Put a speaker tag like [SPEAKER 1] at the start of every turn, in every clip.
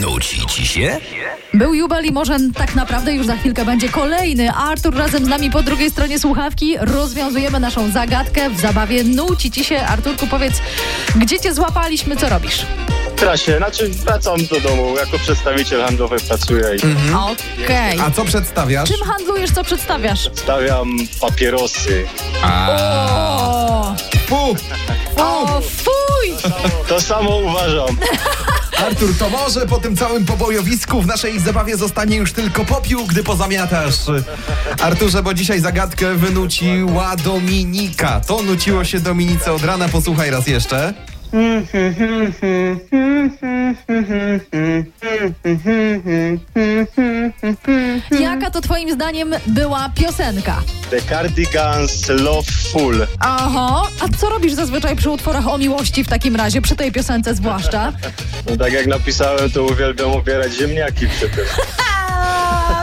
[SPEAKER 1] Nuci ci się?
[SPEAKER 2] Był jubel i może tak naprawdę już za chwilkę będzie kolejny. Artur razem z nami po drugiej stronie słuchawki rozwiązujemy naszą zagadkę w zabawie Nuci ci się. Arturku, powiedz, gdzie cię złapaliśmy, co robisz?
[SPEAKER 3] W trasie, znaczy wracam do domu, jako przedstawiciel handlowy pracuję i
[SPEAKER 2] Mhm. Okej.
[SPEAKER 4] Hmm? A co przedstawiasz?
[SPEAKER 2] Czym handlujesz, co przedstawiasz?
[SPEAKER 3] stawiam papierosy.
[SPEAKER 2] O,
[SPEAKER 4] Fu!
[SPEAKER 2] o fuj!
[SPEAKER 3] To samo uważam.
[SPEAKER 4] Artur, to może po tym całym pobojowisku w naszej zabawie zostanie już tylko popiół, gdy pozamiatasz. Arturze, bo dzisiaj zagadkę wynuciła Dominika. To nuciło się Dominice od rana, posłuchaj raz jeszcze.
[SPEAKER 2] Jaka to twoim zdaniem była piosenka?
[SPEAKER 3] The Cardigans Love Full.
[SPEAKER 2] Aha, a co robisz zazwyczaj przy utworach o miłości w takim razie, przy tej piosence zwłaszcza?
[SPEAKER 3] No, tak jak napisałem, to uwielbiam obierać ziemniaki przy tym.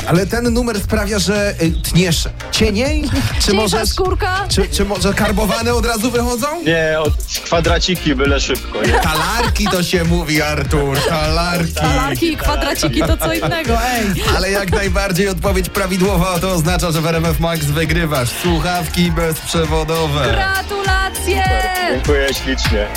[SPEAKER 4] Ale ten numer sprawia, że y, tniesz cieniej? Czy
[SPEAKER 2] Cieńsza
[SPEAKER 4] możesz,
[SPEAKER 2] skórka?
[SPEAKER 4] czy, czy może karbowane od razu wychodzą?
[SPEAKER 3] Nie, od kwadraciki byle szybko, nie?
[SPEAKER 4] Talarki to się mówi, Artur, talarki.
[SPEAKER 2] Talarki i kwadraciki to co innego, ej.
[SPEAKER 4] Ale jak najbardziej odpowiedź prawidłowa to oznacza, że w RMF Max wygrywasz. Słuchawki bezprzewodowe.
[SPEAKER 2] Gratulacje!
[SPEAKER 3] Dziękuję ślicznie.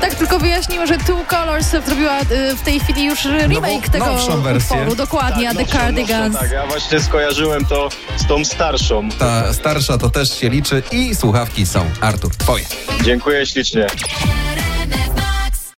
[SPEAKER 2] Tak tylko wyjaśnimy, że Two Colors zrobiła y, w tej chwili już remake tego
[SPEAKER 4] nowszą wersję.
[SPEAKER 2] utworu. Dokładnie,
[SPEAKER 3] Tak,
[SPEAKER 2] The
[SPEAKER 3] nowszą,
[SPEAKER 2] Cardigans. Tak.
[SPEAKER 3] nowszą, Tak, ja właśnie skojarzyłem to z tą starszą.
[SPEAKER 4] Ta starsza to też się liczy i słuchawki są. Artur, twoje.
[SPEAKER 3] Dziękuję ślicznie.